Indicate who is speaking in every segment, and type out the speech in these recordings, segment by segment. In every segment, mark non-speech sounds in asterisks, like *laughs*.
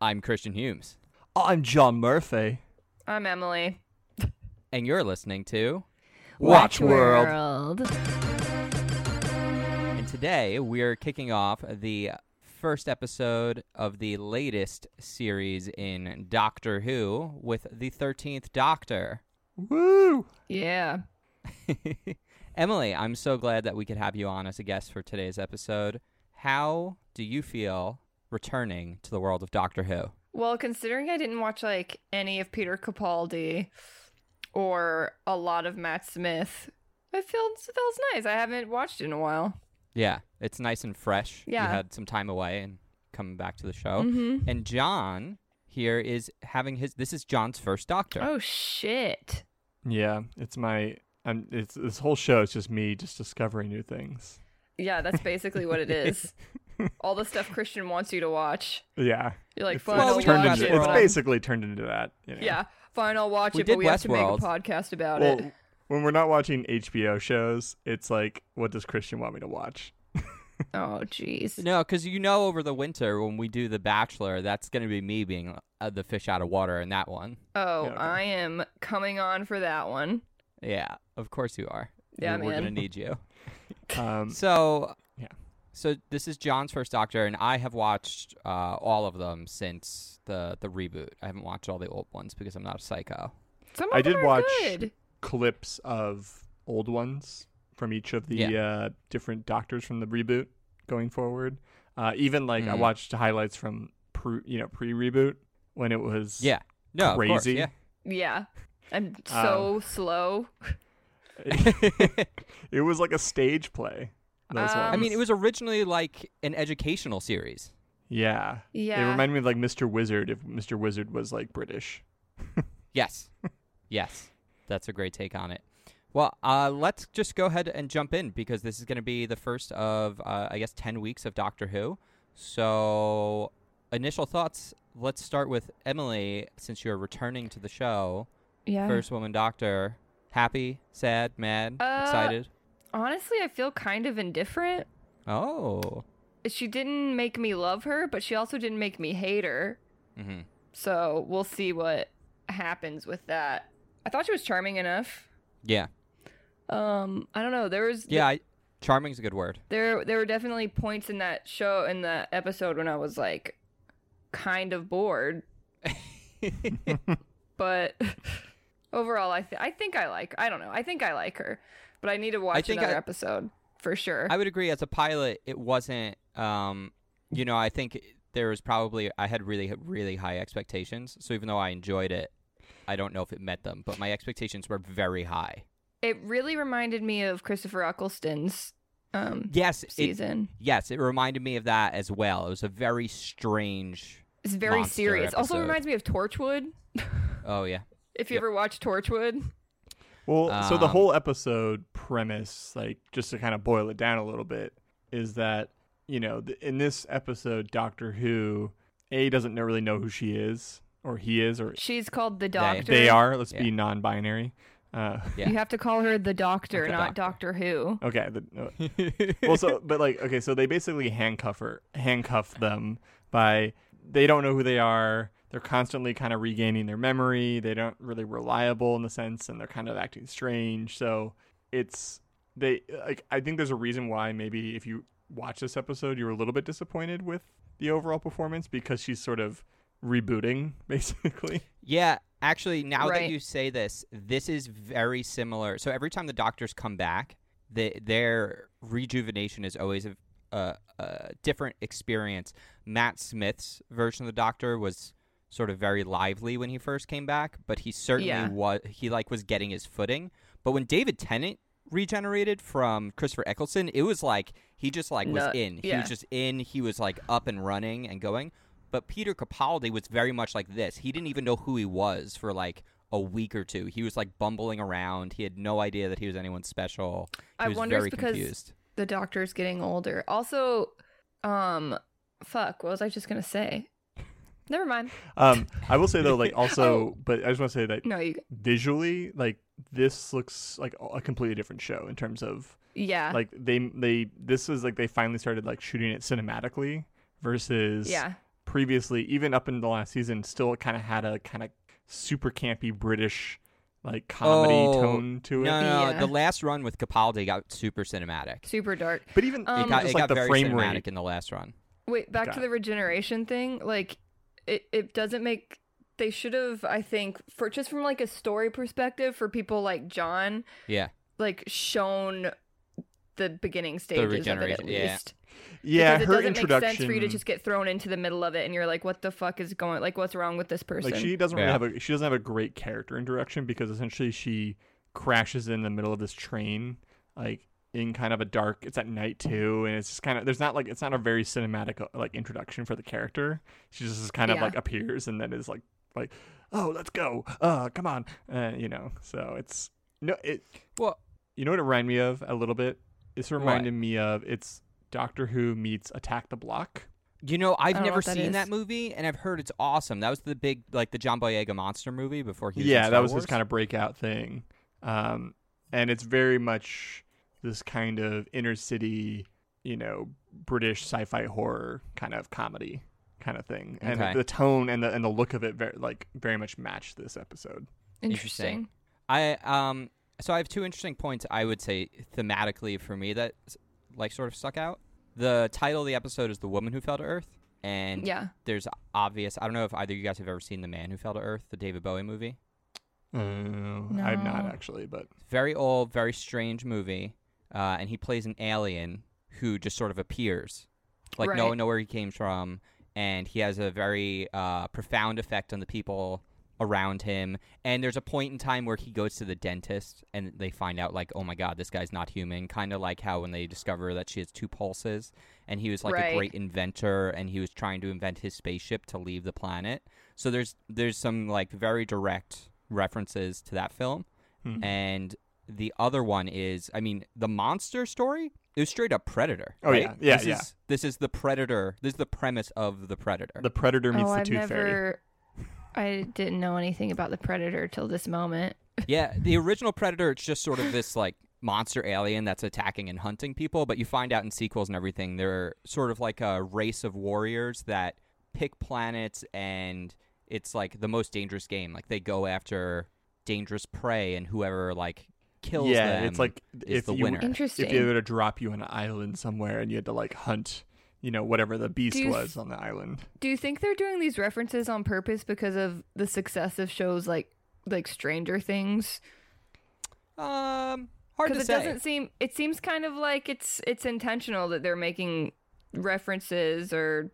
Speaker 1: I'm Christian Humes,
Speaker 2: I'm John Murphy.
Speaker 3: I'm Emily.
Speaker 1: and you're listening to.
Speaker 2: Watch World.
Speaker 1: And today we're kicking off the first episode of the latest series in Doctor Who with the 13th Doctor. *laughs*
Speaker 2: Woo!
Speaker 3: Yeah.
Speaker 1: Emily, I'm so glad that we could have you on as a guest for today's episode. How do you feel returning to the world of Doctor Who?
Speaker 3: Well, considering I didn't watch like any of Peter Capaldi or a lot of Matt Smith, it feels it feels nice. I haven't watched in a while.
Speaker 1: Yeah, it's nice and fresh.
Speaker 3: Yeah.
Speaker 1: You had some time away and coming back to the show.
Speaker 3: Mm-hmm.
Speaker 1: And John here is having his this is John's first Doctor.
Speaker 3: Oh shit!
Speaker 2: Yeah, it's my. I'm, it's this whole show is just me just discovering new things.
Speaker 3: Yeah, that's basically
Speaker 2: *laughs*
Speaker 3: what it is. All the stuff Christian wants you to watch.
Speaker 2: Yeah,
Speaker 3: You're like,
Speaker 2: it's,
Speaker 3: fine,
Speaker 1: Well,
Speaker 3: I'll
Speaker 2: it's turned
Speaker 3: watch
Speaker 2: into,
Speaker 3: it.
Speaker 2: it's
Speaker 3: but I'm-
Speaker 2: basically turned into that. you know.
Speaker 3: Yeah, fine, I'll watch
Speaker 1: We
Speaker 3: it, but
Speaker 1: did
Speaker 3: we have to make a
Speaker 1: Westworld.
Speaker 3: podcast about
Speaker 2: Well,
Speaker 3: it.
Speaker 2: when we're not watching HBO shows, it's like, what does Christian want me to watch?
Speaker 3: Oh, jeez.
Speaker 1: No, because you know, over the winter when we do The Bachelor, that's going to be me being uh, the fish out of water in that one.
Speaker 3: Oh,
Speaker 2: Yeah, okay.
Speaker 3: I am coming on for that one.
Speaker 1: Yeah, of course you are.
Speaker 3: Yeah,
Speaker 1: We're- We're
Speaker 3: man.
Speaker 1: going to need
Speaker 3: *laughs*
Speaker 1: you.
Speaker 2: Um,
Speaker 1: So,
Speaker 2: Yeah.
Speaker 1: So this is John's first Doctor, and I have watched uh, all of them since the the reboot. I haven't watched all the old ones because I'm not a psycho.
Speaker 3: Some of
Speaker 2: I
Speaker 3: them
Speaker 2: did
Speaker 3: are
Speaker 2: watch
Speaker 3: good.
Speaker 2: clips of old ones from each of the
Speaker 1: Yeah.
Speaker 2: uh, different doctors from the reboot going forward. Uh, even like I
Speaker 3: Mm.
Speaker 1: Mhm.
Speaker 2: watched highlights from pre, you know pre reboot when it was
Speaker 1: Yeah. No.
Speaker 2: crazy.
Speaker 1: Of
Speaker 3: Yeah. I'm
Speaker 2: Um,
Speaker 3: so slow.
Speaker 1: *laughs* course, yeah.
Speaker 2: it was like a stage play. Those
Speaker 3: Um,
Speaker 1: I mean, it
Speaker 2: ones.
Speaker 1: was originally like an educational series.
Speaker 2: yeah. It
Speaker 3: Yeah.
Speaker 2: reminded me of like Mr. Wizard if Mr. Wizard was like British.
Speaker 1: Yes. yes. That's a great take on it. Well, uh, let's just go ahead and jump in because this is going to be the first of, uh, I guess, 10 weeks of Doctor Who. So, initial thoughts. Let's start with Emily, since you're returning to the show.
Speaker 3: yeah.
Speaker 1: First woman doctor. Happy, sad, mad,
Speaker 3: Uh,
Speaker 1: excited.
Speaker 3: Honestly, I feel kind of indifferent.
Speaker 1: Oh.
Speaker 3: She didn't make me love her, but she also didn't make me hate her.
Speaker 2: Mm-hmm.
Speaker 1: hmm
Speaker 3: So we'll see what happens with that. I thought she was charming enough.
Speaker 1: Yeah.
Speaker 3: Um, I don't know. There was
Speaker 1: Yeah. I, charming's a good word.
Speaker 3: there there were definitely points in that show in that episode when I was like kind of bored,
Speaker 1: *laughs*
Speaker 3: but overall I th- I think I like I don't know. I think I like her, but I need to watch
Speaker 1: think
Speaker 3: another
Speaker 1: I-
Speaker 3: episode for sure.
Speaker 1: I would agree. As a pilot, it wasn't. Um, you know, I think there was probably I had really really high expectations. So even though I enjoyed it, I don't know if it met them. But my expectations were very high.
Speaker 3: it really reminded me of Christopher Eccleston's um
Speaker 1: Yes, it,
Speaker 3: season.
Speaker 1: yes, it reminded me of that as well. It was a very strange.
Speaker 3: It's very
Speaker 1: monster
Speaker 3: serious. Also
Speaker 1: episode.
Speaker 3: reminds me of Torchwood.
Speaker 1: Oh yeah,
Speaker 3: If you
Speaker 1: Yep.
Speaker 3: ever watched Torchwood,
Speaker 2: Well, so the
Speaker 1: Um,
Speaker 2: whole episode premise, like just to kind of boil it down a little bit, is that you know th- in this episode, Doctor Who a doesn't know, really know who she is or he is or
Speaker 3: she's called the Doctor.
Speaker 2: they are. Let's be
Speaker 1: Yeah.
Speaker 2: non-binary. Uh, *laughs*
Speaker 1: Yeah.
Speaker 3: You have to call her the Doctor,
Speaker 1: The
Speaker 3: not Doctor, Who.
Speaker 2: okay. The, uh,
Speaker 1: *laughs*
Speaker 2: well, so but like okay, so they basically handcuff her, handcuff them by they don't know who they are. They're constantly kind of regaining their memory. They don't really reliable in the sense, and they're kind of acting strange. So it's they like I think there's a reason why maybe if you watch this episode, you were a little bit disappointed with the overall performance because she's sort of rebooting *laughs* basically.
Speaker 1: yeah. Actually, now that
Speaker 3: Right.
Speaker 1: you say this, this is very similar. So every time the doctors come back, the, their rejuvenation is always a, a, a different experience. Matt Smith's version of the Doctor was sort of very lively when he first came back, but he certainly
Speaker 3: Yeah.
Speaker 1: was he like was getting his footing. But when David Tennant regenerated from Christopher Eccleston, it was like he just like was
Speaker 3: Nut-
Speaker 1: in. He
Speaker 3: yeah.
Speaker 1: was just in, he was like up and running and going. But Peter Capaldi was very much like this. He didn't even know who he was for like a week or two. He was like bumbling around. He had no idea that he was anyone special. He
Speaker 3: I
Speaker 1: was
Speaker 3: wonder if
Speaker 1: very
Speaker 3: because-
Speaker 1: confused.
Speaker 3: The Doctor's getting older. Also, um, fuck, what was I just gonna say? Never mind.
Speaker 2: Um, I will say though, like also, but I just want to say that
Speaker 3: No, you.
Speaker 2: visually, like this looks like a completely different show in terms of
Speaker 3: Yeah.
Speaker 2: like they they this is like they finally started like shooting it cinematically versus
Speaker 3: yeah.
Speaker 2: previously, even up in the last season, still kind of had a kind of super campy British like comedy
Speaker 1: Oh,
Speaker 2: tone to it.
Speaker 1: No, no, no,
Speaker 3: Yeah.
Speaker 1: the last run with Capaldi got super cinematic.
Speaker 3: Super dark.
Speaker 2: But even
Speaker 3: Um,
Speaker 1: it got, it
Speaker 2: just like
Speaker 1: got
Speaker 2: the
Speaker 1: very
Speaker 2: frame
Speaker 1: cinematic
Speaker 2: rate.
Speaker 1: in the last run.
Speaker 3: Wait, back
Speaker 2: Got
Speaker 3: to
Speaker 2: it.
Speaker 3: the regeneration thing. Like, it, it doesn't make. They should have, I think, for just from like a story perspective, for people like John,
Speaker 1: Yeah,
Speaker 3: like shown the beginning stages of it at
Speaker 1: regeneration, yeah.
Speaker 3: least.
Speaker 2: Yeah,
Speaker 3: because it
Speaker 2: her
Speaker 3: doesn't
Speaker 2: introduction.
Speaker 3: make sense for you to just get thrown into the middle of it, and you're like, "What the fuck is going? Like, what's wrong with this person?"
Speaker 2: like she doesn't
Speaker 1: Yeah.
Speaker 2: really have a she doesn't have a great character introduction because essentially she crashes in the middle of this train like in kind of a dark it's at night too and it's just kind of there's not like it's not a very cinematic uh, like introduction for the character she just is kind of
Speaker 3: Yeah.
Speaker 2: like appears and then is like like oh let's go uh come on uh you know so it's no it
Speaker 1: Well-
Speaker 2: you know what it reminded me of a little bit this reminded
Speaker 1: What?
Speaker 2: me of it's doctor who meets attack the block
Speaker 1: you know I've
Speaker 3: don't know
Speaker 1: never
Speaker 3: what that
Speaker 1: seen
Speaker 3: is.
Speaker 1: that movie, and I've heard it's awesome. That was the big like the John Boyega monster movie before he was in
Speaker 2: yeah,
Speaker 1: Star
Speaker 2: that was
Speaker 1: Wars.
Speaker 2: his kind of breakout thing. Um, and it's very much this kind of inner city, you know, British sci-fi horror kind of comedy kind of thing.
Speaker 1: Okay.
Speaker 2: And the tone and the and the look of it very like very much matched this episode.
Speaker 1: Interesting. I um so I have two interesting points I would say thematically for me that like sort of stuck out. The title of the episode is The Woman Who Fell to Earth and
Speaker 3: Yeah.
Speaker 1: there's obvious I don't know if either of you guys have ever seen The Man Who Fell to Earth, the David Bowie movie. Oh,
Speaker 2: Uh, I'm not
Speaker 3: No.
Speaker 2: actually, but
Speaker 1: Very old, very strange movie. Uh, and he plays an alien who just sort of appears. Like no
Speaker 3: Right.
Speaker 1: one know where he came from and he has a very uh, profound effect on the people around him. And there's a point in time where he goes to the dentist and they find out, like, oh my God, this guy's not human. Kind of like how when they discover that she has two pulses and he was like
Speaker 3: Right.
Speaker 1: a great inventor and he was trying to invent his spaceship to leave the planet. So there's there's some like very direct references to that film.
Speaker 2: Hmm.
Speaker 1: And the other one is, I mean, the monster story is straight up Predator.
Speaker 2: Oh,
Speaker 1: right?
Speaker 2: yeah. Yeah,
Speaker 1: This
Speaker 2: yeah.
Speaker 1: Is, this is the Predator. This is the premise of the Predator.
Speaker 2: the Predator meets
Speaker 3: oh,
Speaker 2: the
Speaker 3: I've
Speaker 2: Tooth Fairy.
Speaker 3: never. I didn't know anything about the Predator till this moment.
Speaker 1: Yeah, the original Predator, it's just sort of this like monster alien that's attacking and hunting people, but you find out in sequels and everything, they're sort of like a race of warriors that pick planets and it's like the most dangerous game. Like they go after dangerous prey and whoever like kills
Speaker 2: Yeah,
Speaker 1: them.
Speaker 2: it's like
Speaker 1: is
Speaker 2: if
Speaker 1: the
Speaker 2: you
Speaker 1: winner.
Speaker 3: Interesting.
Speaker 2: if they were to drop you on an island somewhere and you had to like hunt, you know, whatever the beast
Speaker 3: Do you
Speaker 2: was on the island.
Speaker 3: Do you think they're doing these references on purpose because of the success of shows like like Stranger Things?
Speaker 1: um hard
Speaker 3: Because
Speaker 1: to
Speaker 3: it
Speaker 1: say.
Speaker 3: doesn't seem it seems kind of like it's it's intentional that they're making references or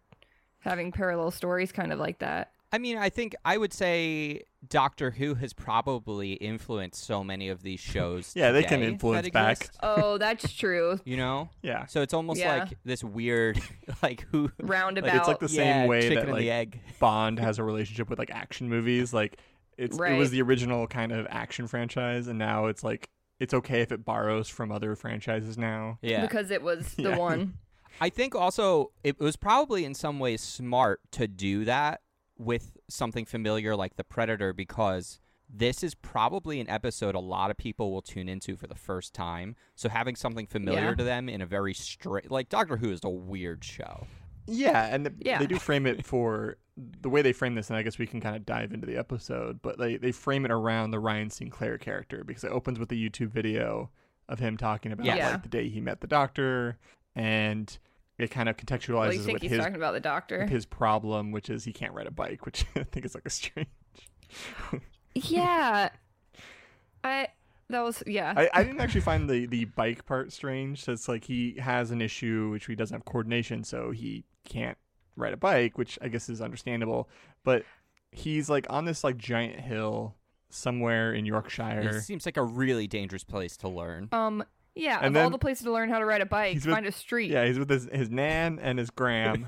Speaker 3: having parallel stories kind of like *laughs* that.
Speaker 1: I mean, I think I would say Doctor Who has probably influenced so many of these shows.
Speaker 2: *laughs* Yeah, they can
Speaker 1: today that
Speaker 2: influence back.
Speaker 1: exist,
Speaker 3: Oh, that's true.
Speaker 1: You know,
Speaker 2: Yeah.
Speaker 1: so it's almost
Speaker 3: Yeah.
Speaker 1: like this weird, *laughs* like who
Speaker 3: Roundabout.
Speaker 2: Like it's like *laughs* the
Speaker 1: yeah,
Speaker 2: same way
Speaker 1: chicken
Speaker 2: that
Speaker 1: and
Speaker 2: like
Speaker 1: the
Speaker 3: *laughs*
Speaker 1: egg.
Speaker 2: Bond has a relationship with like action movies. Like it's it
Speaker 3: Right.
Speaker 2: was the original kind of action franchise, and now it's like it's okay if it borrows from other franchises now.
Speaker 1: Yeah,
Speaker 3: because it was the
Speaker 2: Yeah. *laughs*
Speaker 3: one.
Speaker 1: I think also it was probably in some ways smart to do that with something familiar like the Predator because this is probably an episode a lot of people will tune into for the first time. So having something familiar
Speaker 3: Yeah.
Speaker 1: to them in a very straight like Doctor Who is a weird show.
Speaker 2: Yeah, and the,
Speaker 3: Yeah.
Speaker 2: they do frame it for the way they frame this, and I guess we can kind of dive into the episode. But they they frame it around the Ryan Sinclair character because it opens with a YouTube video of him talking about
Speaker 1: Yeah.
Speaker 3: Yeah.
Speaker 2: like the day he met the doctor, and it kind of contextualizes
Speaker 3: Well, you think
Speaker 2: with
Speaker 3: he's
Speaker 2: his
Speaker 3: talking about the doctor?
Speaker 2: with his problem, which is he can't ride a bike, which *laughs* I think is like a strange.
Speaker 3: yeah. I that was yeah.
Speaker 2: *laughs* I, I didn't actually find the, the bike part strange. So it's like he has an issue which he doesn't have coordination, so he can't ride a bike, which I guess is understandable. But he's like on this like giant hill somewhere in
Speaker 1: It
Speaker 2: Yorkshire.
Speaker 1: seems like a really dangerous place to learn.
Speaker 3: *laughs* um yeah,
Speaker 2: And
Speaker 3: of all
Speaker 2: then-
Speaker 3: the places to learn how to ride a bike,
Speaker 2: He's with-
Speaker 3: find a street.
Speaker 2: Yeah, he's with his his nan and his gram.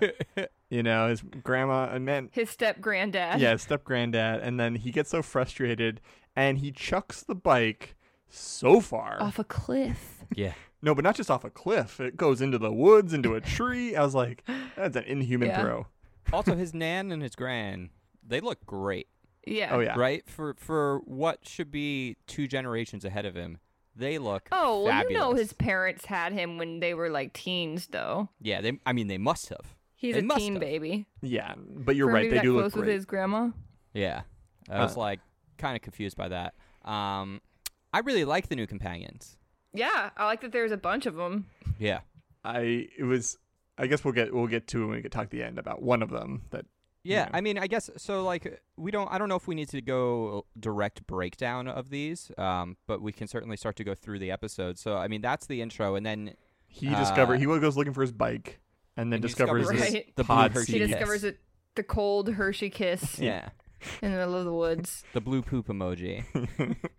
Speaker 2: you know, his grandma and man
Speaker 3: His step granddad.
Speaker 2: yeah, step granddad, and then he gets so frustrated and he chucks the bike so far.
Speaker 3: Off a cliff.
Speaker 1: yeah.
Speaker 2: No, but not just off a cliff. It goes into the woods, into a tree. I was like, that's an inhuman
Speaker 3: Yeah.
Speaker 2: throw.
Speaker 1: *laughs* Also his nan and his gran, they look great,
Speaker 3: Yeah.
Speaker 2: Oh yeah.
Speaker 1: right? For for what should be two generations ahead of him. They look
Speaker 3: Oh, well, you know
Speaker 1: fabulous.
Speaker 3: his parents had him when they were like teens, though.
Speaker 1: Yeah, they I mean they must have.
Speaker 3: He's
Speaker 1: They
Speaker 3: a
Speaker 1: must
Speaker 3: teen
Speaker 1: have.
Speaker 3: baby.
Speaker 2: Yeah, but you're
Speaker 3: For a
Speaker 2: right.
Speaker 3: baby
Speaker 2: They
Speaker 3: that
Speaker 2: do
Speaker 3: close
Speaker 2: look
Speaker 3: with
Speaker 2: great.
Speaker 3: his grandma.
Speaker 1: Yeah. I was
Speaker 2: Uh,
Speaker 1: like kind of confused by that. Um I really like the new companions.
Speaker 3: Yeah, I like that there's a bunch of them.
Speaker 1: Yeah.
Speaker 2: I it was. I guess we'll get we'll get to when we get talk to the end about one of them that
Speaker 1: Yeah,
Speaker 2: Yeah.
Speaker 1: I mean, I guess so. Like, we don't. I don't know if we need to go direct breakdown of these, um, but we can certainly start to go through the episode. So, I mean, that's the intro, and then
Speaker 2: he
Speaker 1: Uh,
Speaker 2: discovered. He goes looking for his bike and then
Speaker 1: and he
Speaker 2: discovers,
Speaker 3: discovers
Speaker 2: this
Speaker 3: Right.
Speaker 1: the blue
Speaker 2: pod
Speaker 1: Hershey
Speaker 3: She
Speaker 1: Yes.
Speaker 2: seed.
Speaker 1: kiss.
Speaker 3: discovers it, the cold Hershey kiss
Speaker 1: yeah,
Speaker 3: in the middle of the woods.
Speaker 1: *laughs* the blue poop emoji.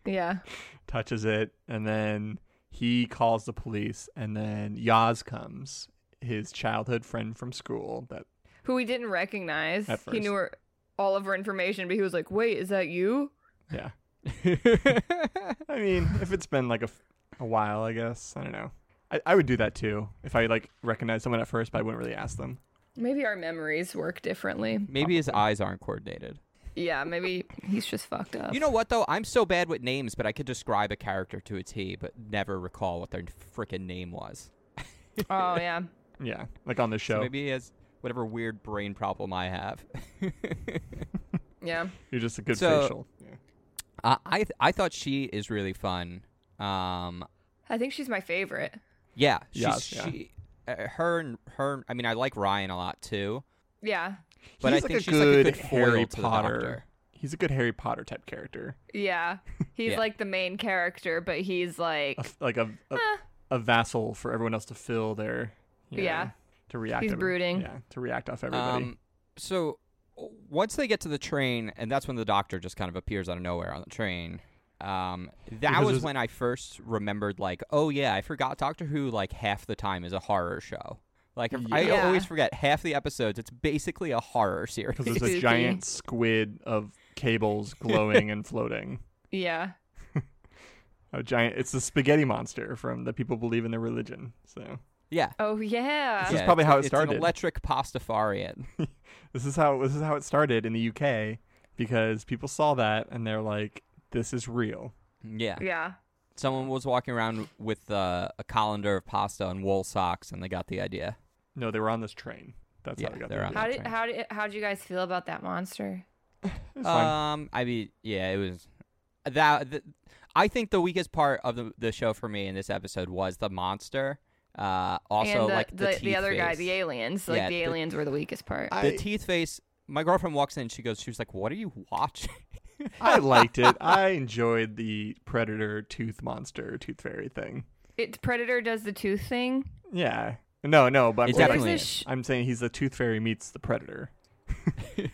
Speaker 3: Yeah.
Speaker 2: *laughs* touches it, and then he calls the police, and then Yaz comes, his childhood friend from school. That
Speaker 3: Who we didn't recognize.
Speaker 2: At
Speaker 3: He knew her, all of her information, but he was like, wait, is that you?
Speaker 2: yeah, I mean, if it's been like a, f- a while, I guess I don't know. I, I would do that too if I like recognized someone at first, but I wouldn't really ask them.
Speaker 3: Maybe our memories work differently.
Speaker 1: *laughs* Maybe his eyes aren't coordinated.
Speaker 3: Yeah, maybe he's just fucked up.
Speaker 1: You know what though? I'm so bad with names, but I could describe a character to a T, but never recall what their freaking name was.
Speaker 3: oh, yeah.
Speaker 2: Yeah, like on the show,
Speaker 1: So maybe he has whatever weird brain problem I have. *laughs*
Speaker 3: Yeah.
Speaker 2: you're just a good
Speaker 1: So-
Speaker 2: facial. Yeah.
Speaker 1: uh, I th- I thought she is really fun. Um,
Speaker 3: I think she's my favorite.
Speaker 1: Yeah, she's,
Speaker 2: Yes, yeah.
Speaker 1: she, uh, her, and her. I mean, I like Ryan a lot too,
Speaker 3: Yeah.
Speaker 1: but
Speaker 2: He's
Speaker 1: I
Speaker 2: like
Speaker 1: think
Speaker 2: a
Speaker 1: she's like a
Speaker 2: good
Speaker 1: good foil
Speaker 2: Harry
Speaker 1: to the
Speaker 2: Potter.
Speaker 1: Doctor.
Speaker 2: He's a good Harry Potter type character,
Speaker 3: Yeah. He's
Speaker 1: Yeah.
Speaker 3: like the main character, but he's like, eh.
Speaker 2: a
Speaker 3: *laughs*
Speaker 2: f- like a a, a vassal for everyone else to fill their you know,
Speaker 3: Yeah.
Speaker 2: to react.
Speaker 3: He's
Speaker 2: off-
Speaker 3: brooding.
Speaker 2: Yeah, to react off everybody.
Speaker 1: *laughs* Um, so w- once they get to the train, and that's when the Doctor just kind of appears out of nowhere on the train. Um, that
Speaker 2: Because
Speaker 1: was
Speaker 2: there's-
Speaker 1: when I first remembered, like, oh yeah, I forgot Doctor Who. Like half the time is a horror show. Like if- I
Speaker 3: Yeah.
Speaker 1: always forget half the episodes. It's basically a horror series.
Speaker 2: because there's
Speaker 3: Spooky.
Speaker 2: this giant squid of cables glowing and floating.
Speaker 3: yeah.
Speaker 2: A giant. It's the spaghetti monster from the people believe in their religion. So
Speaker 1: Yeah,
Speaker 3: Oh, yeah.
Speaker 2: This is
Speaker 1: Yeah,
Speaker 2: probably
Speaker 1: it's-
Speaker 2: how
Speaker 1: it's
Speaker 2: it
Speaker 1: an
Speaker 2: started.
Speaker 1: electric pastafarian.
Speaker 2: this is how this is how it started in the UK because people saw that and they're like, "This is real."
Speaker 1: Yeah.
Speaker 3: Yeah.
Speaker 1: Someone was walking around with uh, a colander of pasta and wool socks, and they got the idea.
Speaker 2: No, they were on this train. That's
Speaker 1: Yeah,
Speaker 2: how they got
Speaker 1: they're
Speaker 2: there.
Speaker 1: on
Speaker 3: How
Speaker 1: that
Speaker 3: did
Speaker 1: train.
Speaker 3: how did how did you guys feel about that monster?
Speaker 2: It's fine.
Speaker 1: Um, I mean, yeah, it was that. th I think the weakest part of the, the show for me in this episode was the monster. Uh, also
Speaker 3: and the
Speaker 1: like the,
Speaker 3: the,
Speaker 1: teeth
Speaker 3: other guy,
Speaker 1: face.
Speaker 3: the aliens, like
Speaker 1: Yeah,
Speaker 3: the
Speaker 1: the-
Speaker 3: aliens were the weakest part.
Speaker 2: I,
Speaker 1: the teeth face. My girlfriend walks in. She goes, she was like, "What are you watching?" *laughs*
Speaker 2: I liked it. I enjoyed the predator tooth monster tooth fairy thing.
Speaker 3: it predator does the tooth thing.
Speaker 2: Yeah. No, no, but I'm
Speaker 1: It
Speaker 2: saying-
Speaker 1: definitely
Speaker 3: there's
Speaker 1: is.
Speaker 3: this sh-
Speaker 2: I'm saying he's the tooth fairy meets the predator.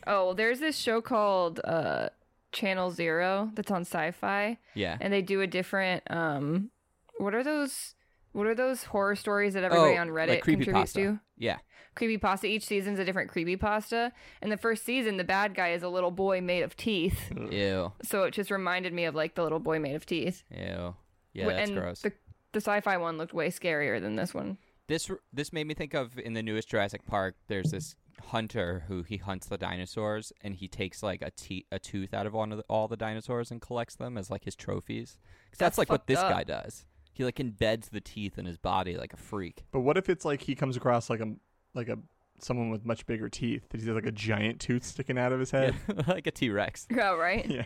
Speaker 3: oh, there's this show called uh Channel Zero that's on Sci-Fi,
Speaker 1: yeah.
Speaker 3: and they do a different um, what are those? What are those horror stories that everybody
Speaker 1: Oh,
Speaker 3: on Reddit
Speaker 1: like
Speaker 3: contributes
Speaker 1: creepypasta.
Speaker 3: to?
Speaker 1: Yeah.
Speaker 3: creepy pasta. Each season's a different creepy pasta. And the first season, the bad guy is a little boy made of
Speaker 2: *laughs*
Speaker 3: teeth.
Speaker 1: Ew.
Speaker 3: So it just reminded me of like the little boy made of teeth.
Speaker 1: Ew. Yeah,
Speaker 3: Wh-
Speaker 1: that's
Speaker 3: and
Speaker 1: gross.
Speaker 3: The, the sci-fi one looked way scarier than this one. *laughs*
Speaker 1: This r- this made me think of in the newest Jurassic Park. There's this hunter who he hunts the dinosaurs, and he takes like a te- a tooth out of one of the, all the dinosaurs and collects them as like his trophies. 'Cause that's,
Speaker 3: That's
Speaker 1: like what
Speaker 3: fucked
Speaker 1: this
Speaker 3: up.
Speaker 1: guy does. He like embeds the teeth in his body like a freak.
Speaker 2: But what if it's like he comes across like a like a someone with much bigger teeth that he's like a giant tooth sticking out of his head?
Speaker 1: *laughs* like a T Rex,
Speaker 3: Oh, right?
Speaker 2: Yeah.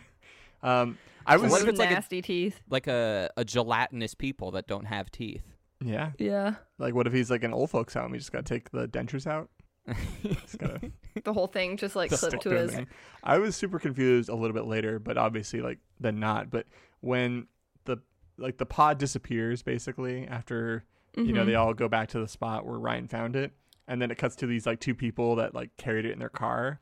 Speaker 2: Um, *laughs* I was
Speaker 1: what if
Speaker 3: Those
Speaker 1: it's like a-
Speaker 3: nasty teeth.
Speaker 1: like a a gelatinous people that don't have teeth.
Speaker 2: yeah. *laughs*
Speaker 3: Yeah.
Speaker 2: Like what if he's like an old folks home? You just gotta take the dentures out. Just gotta
Speaker 3: The whole thing just like
Speaker 2: Just stick
Speaker 3: clipped to
Speaker 2: to it
Speaker 3: his.
Speaker 2: there. I was super confused a little bit later, but obviously like then not. But when the like the pod disappears basically after you know
Speaker 3: Mhm.
Speaker 2: they all go back to the spot where Ryan found it, and then it cuts to these like two people that like carried it in their car,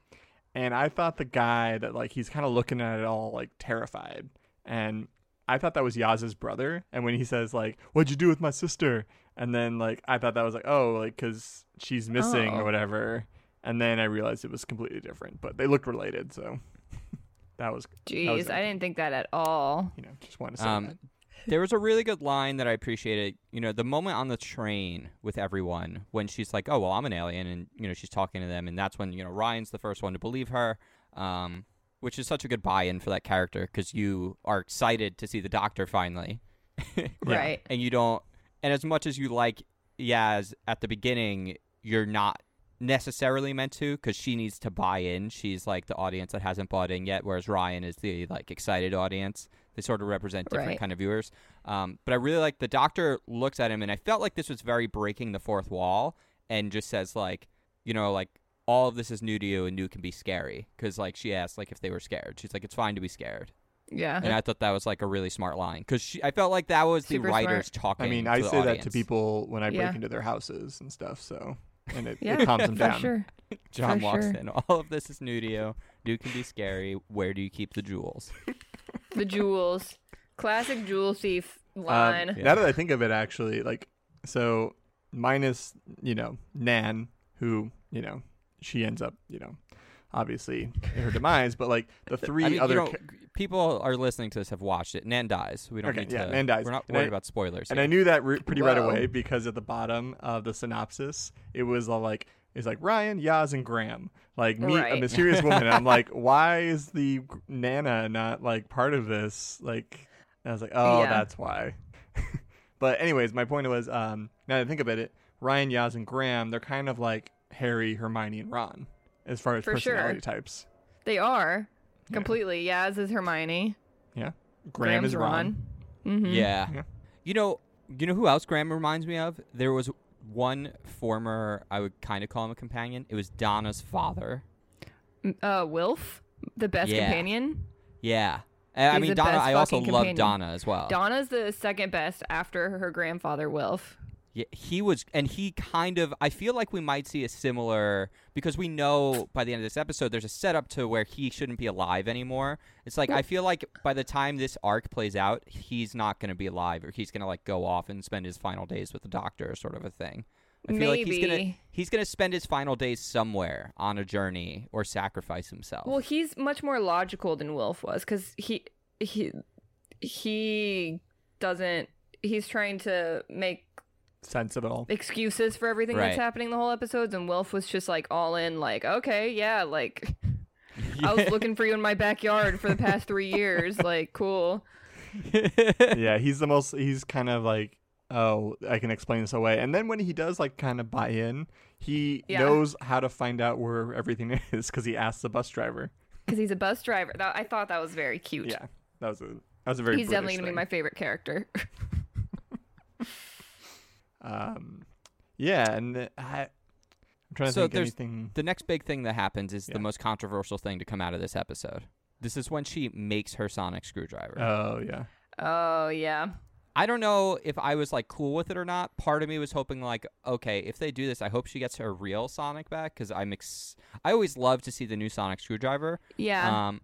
Speaker 2: and I thought the guy that like he's kind of looking at it all like terrified, and I thought that was Yaz's brother, and when he says like "What'd you do with my sister?" and then like I thought that was like oh like because she's missing or
Speaker 3: Oh.
Speaker 2: whatever, and then I realized it was completely different, but they looked related, so *laughs* that was
Speaker 3: Jeez,
Speaker 2: was
Speaker 3: I didn't think that at all.
Speaker 2: you know just wanted to say
Speaker 1: Um,
Speaker 2: that.
Speaker 1: there was a really good line that I appreciated. You know, the moment on the train with everyone when she's like, "Oh well, I'm an alien," and you know she's talking to them, and that's when you know Ryan's the first one to believe her, um, which is such a good buy-in for that character because you are excited to see the Doctor finally,
Speaker 2: Yeah.
Speaker 3: Right.
Speaker 1: and you don't. And as much as you like Yaz at the beginning, you're not necessarily meant to because she needs to buy in. She's like the audience that hasn't bought in yet, whereas Ryan is the like excited audience. They sort of represent different
Speaker 3: Right.
Speaker 1: kind of viewers. Um, but I really like the doctor looks at him, and I felt like this was very breaking the fourth wall and just says like, you know, like all of this is new to you and new can be scary because like she asked like if they were scared. She's like, it's fine to be scared,
Speaker 3: Yeah.
Speaker 1: and I thought that was like a really smart line because I felt like that was
Speaker 3: Uh-huh. Super
Speaker 1: the writers talking.
Speaker 2: I mean,
Speaker 1: to
Speaker 2: I
Speaker 1: the
Speaker 2: say that to
Speaker 1: audience. *laughs*
Speaker 2: people when I break
Speaker 3: Yeah.
Speaker 2: into their houses and stuff. So, and it,
Speaker 3: Yeah,
Speaker 2: it
Speaker 3: *laughs*
Speaker 2: calms them
Speaker 3: For
Speaker 2: down.
Speaker 3: sure.
Speaker 1: John
Speaker 3: For
Speaker 1: walks
Speaker 3: sure.
Speaker 1: in. *laughs* All of this is new to you. New can be scary. Where do you keep the jewels?
Speaker 3: The jewels. Classic jewel thief
Speaker 2: Um,
Speaker 3: line.
Speaker 1: Yeah.
Speaker 2: Now that I think of it, actually, like so, minus you know Nan, who you know she ends up you know obviously her demise, but like the
Speaker 1: *laughs*
Speaker 2: three
Speaker 1: I mean, you
Speaker 2: other.
Speaker 1: know,
Speaker 2: ca-
Speaker 1: people are listening to this have watched it. Nan dies. We don't
Speaker 2: Okay,
Speaker 1: need
Speaker 2: yeah,
Speaker 1: to.
Speaker 2: Nan dies.
Speaker 1: We're not
Speaker 2: And
Speaker 1: worried
Speaker 2: I-
Speaker 1: about spoilers.
Speaker 2: and
Speaker 1: here.
Speaker 2: I knew that re- pretty right
Speaker 3: Whoa.
Speaker 2: away because at the bottom of the synopsis, it was all like it's like Ryan, Yaz, and Graham. Like meet a
Speaker 3: Right. *laughs*
Speaker 2: mysterious woman. And I'm like, why is the gr- Nana not like part of this? Like, and I was like, oh,
Speaker 3: Yeah.
Speaker 2: that's why. *laughs* but anyways, my point was, um, now that I think about it, Ryan, Yaz, and Graham, they're kind of like Harry, Hermione, and Ron as far as
Speaker 3: For sure.
Speaker 2: personality types.
Speaker 3: They are.
Speaker 2: Yeah.
Speaker 3: Completely. Yaz is Hermione.
Speaker 2: Graham
Speaker 3: Graham's
Speaker 2: is Ron.
Speaker 3: hmm
Speaker 1: Yeah.
Speaker 2: Yeah.
Speaker 1: You know, you know who else Graham reminds me of? There was one former. I would kind of call him a companion. It was Donna's father.
Speaker 3: Uh, Wilf, the best
Speaker 1: Yeah.
Speaker 3: companion.
Speaker 1: Yeah. And I
Speaker 3: He's
Speaker 1: mean,
Speaker 3: the
Speaker 1: Donna.
Speaker 3: best
Speaker 1: I also
Speaker 3: fucking
Speaker 1: love
Speaker 3: companion.
Speaker 1: Donna as
Speaker 2: Uh,
Speaker 1: well.
Speaker 3: Donna's the second best after her grandfather, Wilf.
Speaker 1: Yeah, he was, and he kind of. I feel like we might see a similar because we know by the end of this episode, there's a setup to where he shouldn't be alive anymore. It's like I feel like by the time this arc plays out, he's not going to be alive, or he's going to like go off and spend his final days with the doctor, sort of a thing. I feel like he's gonna
Speaker 3: Maybe.
Speaker 1: he's gonna spend his final days somewhere on a journey or sacrifice himself.
Speaker 3: Well, he's much more logical than Wilf was because he he he doesn't. He's trying to make
Speaker 2: Sense of it all.
Speaker 3: excuses for everything that's
Speaker 1: Right.
Speaker 3: happening the whole episodes, and Wilf was just like all in, like, okay,
Speaker 2: *laughs*
Speaker 3: yeah, like
Speaker 1: *laughs*
Speaker 3: I was looking for you in my backyard for the past three
Speaker 2: *laughs*
Speaker 3: years, like, cool.
Speaker 2: yeah, he's the most. He's kind of like, oh, I can explain this away. And then when he does like kind of buy in, he
Speaker 3: Yeah.
Speaker 2: knows how to find out where everything *laughs* is because he asks the bus driver.
Speaker 3: Because he's a bus driver. That, I thought that was very cute.
Speaker 2: Yeah, that was a that was a very.
Speaker 3: he's definitely gonna
Speaker 2: British
Speaker 3: be my favorite character. *laughs*
Speaker 2: thing. Um, yeah, and the- I, I'm trying to
Speaker 1: So
Speaker 2: think
Speaker 1: there's-
Speaker 2: anything.
Speaker 1: The next big thing that happens is
Speaker 2: Yeah.
Speaker 1: the most controversial thing to come out of this episode. This is when she makes her sonic screwdriver.
Speaker 2: Oh yeah,
Speaker 3: oh yeah.
Speaker 1: I don't know if I was like cool with it or not. Part of me was hoping like, okay, if they do this, I hope she gets her real Sonic back because I'm ex- I always love to see the new Sonic screwdriver.
Speaker 3: Yeah.
Speaker 1: Um,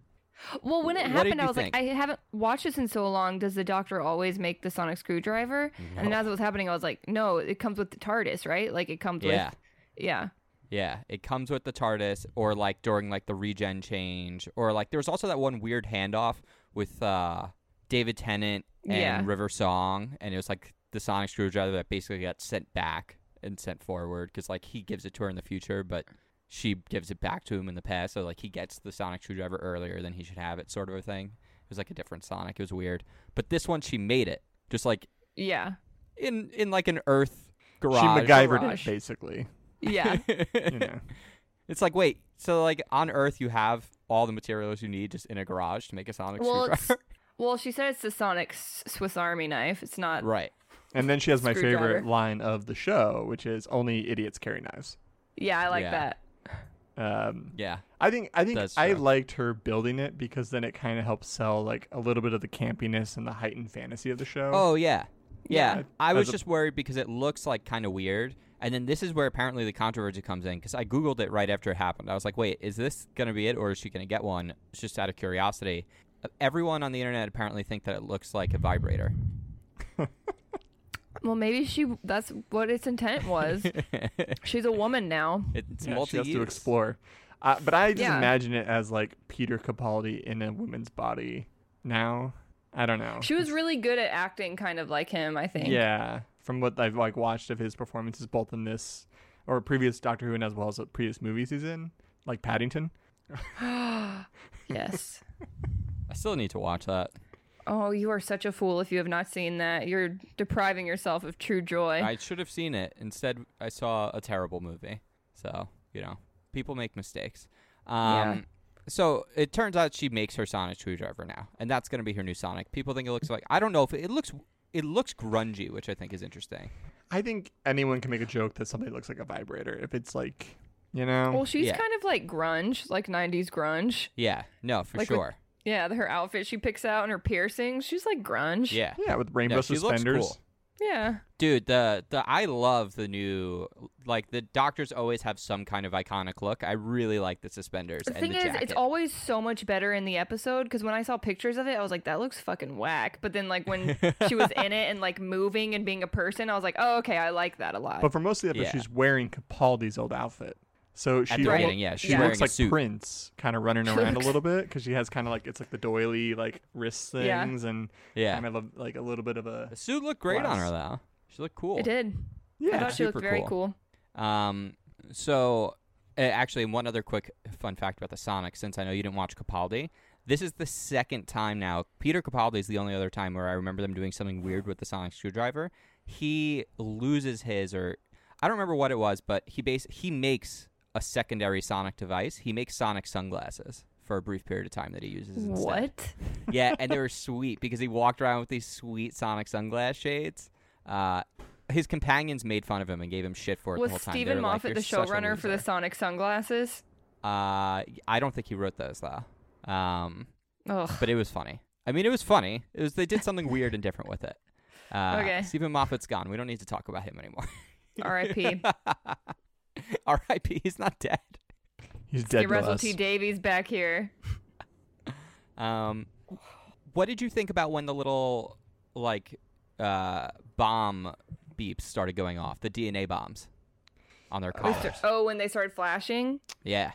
Speaker 3: well, when it
Speaker 1: what did
Speaker 3: happened, I
Speaker 1: you
Speaker 3: was
Speaker 1: think?
Speaker 3: like, I haven't watched this in so long. Does the doctor always make the sonic screwdriver? And
Speaker 1: No.
Speaker 3: as it was happening, I was like, no, it comes with the TARDIS, right? Like it comes
Speaker 1: yeah,
Speaker 3: with yeah.
Speaker 1: yeah. It comes with the TARDIS, or like during like the regen change, or like there was also that one weird handoff with uh, David Tennant and
Speaker 3: Yeah.
Speaker 1: River Song, and it was like the Sonic screwdriver that basically got sent back and sent forward because like he gives it to her in the future, but she gives it back to him in the past. So like he gets the Sonic screwdriver earlier than he should have it, sort of a thing. It was like a different Sonic. It was weird, but this one she made it just like *laughs*
Speaker 3: Yeah.
Speaker 1: in in like an Earth
Speaker 2: she
Speaker 1: garage.
Speaker 2: MacGyvered it
Speaker 3: Garage.
Speaker 2: basically.
Speaker 3: Yeah.
Speaker 1: *laughs*
Speaker 2: You know,
Speaker 1: It's like wait, so like on Earth you have all the materials you need just in a garage to make a Sonic
Speaker 3: well, it's,
Speaker 1: screwdriver, *laughs*
Speaker 3: well, she said it's the sonic S- Swiss Army knife. It's not.
Speaker 1: right?
Speaker 2: and then she
Speaker 3: *laughs*
Speaker 2: has my favorite
Speaker 3: Screwdriver.
Speaker 2: line of the show, which is only idiots carry knives.
Speaker 3: Yeah, I like
Speaker 1: Yeah.
Speaker 3: that.
Speaker 2: Um,
Speaker 1: Yeah,
Speaker 2: I think I think
Speaker 1: That's
Speaker 2: I
Speaker 1: true.
Speaker 2: liked her building it because then it kind of helps sell like a little bit of the campiness and the heightened fantasy of the show.
Speaker 1: Oh yeah. Yeah.
Speaker 2: Yeah.
Speaker 1: I
Speaker 2: As
Speaker 1: was
Speaker 2: a-
Speaker 1: just worried because it looks like kind of weird. And then this is where apparently the controversy comes in because I googled it right after it happened. I was like, "Wait, is this going to be it or is she going to get one?" It's just out of curiosity. Uh, Everyone on the internet apparently think that it looks like a vibrator. *laughs*
Speaker 3: Well, maybe she. That's what its intent was.
Speaker 1: *laughs* it's
Speaker 3: She's a woman now.
Speaker 2: yeah, she
Speaker 1: multi
Speaker 2: has to explore. Uh, but I just
Speaker 3: Yeah.
Speaker 2: imagine it as like Peter Capaldi in a woman's body. Now, I don't know.
Speaker 3: She was really good at acting, kind of like him. I think.
Speaker 2: yeah, from what I've like watched of his performances, both in this or previous Doctor Who and as well as the previous movies he's in, like Paddington.
Speaker 3: *gasps* Yes.
Speaker 1: I still need to watch that.
Speaker 3: Oh, you are such a fool if you have not seen that. You're depriving yourself of true joy.
Speaker 1: I should have seen it. Instead, I saw a terrible movie. So, You know, people make mistakes.
Speaker 3: Yeah.
Speaker 1: Um, So it turns out she makes her sonic screwdriver now, and that's going to be her new Sonic. People think it looks like I don't know if it, it looks it looks grungy, which I think is interesting.
Speaker 2: I think anyone can make a joke that something looks like a vibrator if it's like, you know.
Speaker 3: Well, she's
Speaker 1: yeah.
Speaker 3: kind of like grunge, like 90s grunge.
Speaker 1: Yeah, no, for
Speaker 3: Like with-
Speaker 1: sure.
Speaker 3: Yeah, her outfit she picks out and her piercings, she's like grunge.
Speaker 1: yeah,
Speaker 2: yeah, with rainbow
Speaker 1: no, she looks
Speaker 2: suspenders.
Speaker 1: cool.
Speaker 3: Yeah.
Speaker 1: Dude, the the I love the new like the doctors always have some kind of iconic look. I really like the suspenders
Speaker 3: The
Speaker 1: and
Speaker 3: thing
Speaker 1: the
Speaker 3: is,
Speaker 1: jacket.
Speaker 3: it's always so much better in the episode because when I saw pictures of it, I was like, that looks fucking whack. But then, like, when
Speaker 1: *laughs*
Speaker 3: she was in it and like moving and being a person, I was like, oh, okay, I like that a lot.
Speaker 2: But for most of the episode,
Speaker 1: Yeah.
Speaker 2: she's wearing Capaldi's old outfit. So she
Speaker 1: At the
Speaker 2: almo-
Speaker 1: beginning, yeah, she's
Speaker 2: she
Speaker 1: wearing
Speaker 2: looks
Speaker 1: a
Speaker 2: like
Speaker 1: suit.
Speaker 2: Prince, kind
Speaker 1: *laughs*
Speaker 2: of running
Speaker 3: She
Speaker 2: around
Speaker 3: looks-
Speaker 2: a little bit because she has kind of like it's like the doily like wrist
Speaker 3: Yeah.
Speaker 2: things and
Speaker 1: Yeah.
Speaker 2: kind of a, like a little bit of a
Speaker 1: the suit looked great on her though. She looked cool.
Speaker 3: it did. I
Speaker 2: *laughs* yeah.
Speaker 3: thought she looked
Speaker 1: Super
Speaker 3: very
Speaker 1: cool.
Speaker 3: cool.
Speaker 1: Um, so uh, actually, one other quick fun fact about the Sonic, since I know you didn't watch Capaldi. This is the second time now. Peter Capaldi is the only other time where I remember them doing something weird with the Sonic screwdriver. He loses his, or I don't remember what it was, but he base he makes a secondary Sonic device. He makes Sonic sunglasses for a brief period of time that he uses. Instead.
Speaker 3: What?
Speaker 1: yeah, and they were sweet because he walked around with these sweet Sonic sunglass shades. Uh, his companions made fun of him and gave him shit for it
Speaker 3: Was
Speaker 1: the whole time. They
Speaker 3: Stephen
Speaker 1: were like,
Speaker 3: Moffat
Speaker 1: "You're
Speaker 3: the
Speaker 1: such a
Speaker 3: showrunner for the
Speaker 1: loser."
Speaker 3: Sonic sunglasses?
Speaker 1: Uh, I don't think he wrote those though. Um, *laughs*
Speaker 3: Ugh.
Speaker 1: but it was funny. I mean, it was funny. It was they did something weird and different with it. Uh,
Speaker 3: Okay.
Speaker 1: Stephen Moffat's gone. We don't need to talk about him anymore. *laughs*
Speaker 3: R.I.P.
Speaker 1: R.I.P. He's not dead.
Speaker 2: He's dead
Speaker 3: Get
Speaker 2: to
Speaker 3: Russell
Speaker 2: us.
Speaker 3: T Davies back here.
Speaker 1: Um, what did you think about when the little like uh, bomb beeps started going off? The DNA bombs on their
Speaker 3: We
Speaker 1: collars.
Speaker 3: sta- oh, when they started flashing?
Speaker 1: yeah,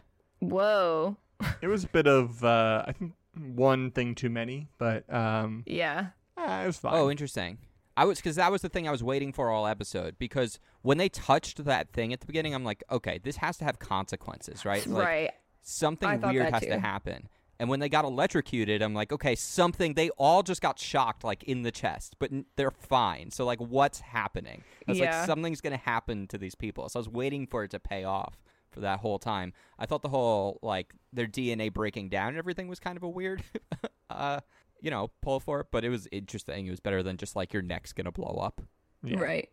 Speaker 3: Whoa.
Speaker 2: It was a bit of uh, I think one thing too many, but um,
Speaker 3: Yeah.
Speaker 2: ah, it was fine.
Speaker 1: Oh, interesting. I was because that was the thing I was waiting for all episode because when they touched that thing at the beginning, I'm like, okay, this has to have consequences, right? Like,
Speaker 3: right. I
Speaker 1: Something
Speaker 3: thought
Speaker 1: weird
Speaker 3: that
Speaker 1: has
Speaker 3: too.
Speaker 1: to happen. And when they got electrocuted, I'm like, okay, something. They all just got shocked, like in the chest, but n- they're fine. So like, what's happening? I was
Speaker 3: Yeah.
Speaker 1: like, something's gonna happen to these people. So I was waiting for it to pay off for that whole time. I thought the whole like their DNA breaking down and everything was kind of a weird *laughs* uh, you know, pull for it, but it was interesting. It was better than just like your neck's gonna blow up.
Speaker 2: Yeah.
Speaker 3: Right.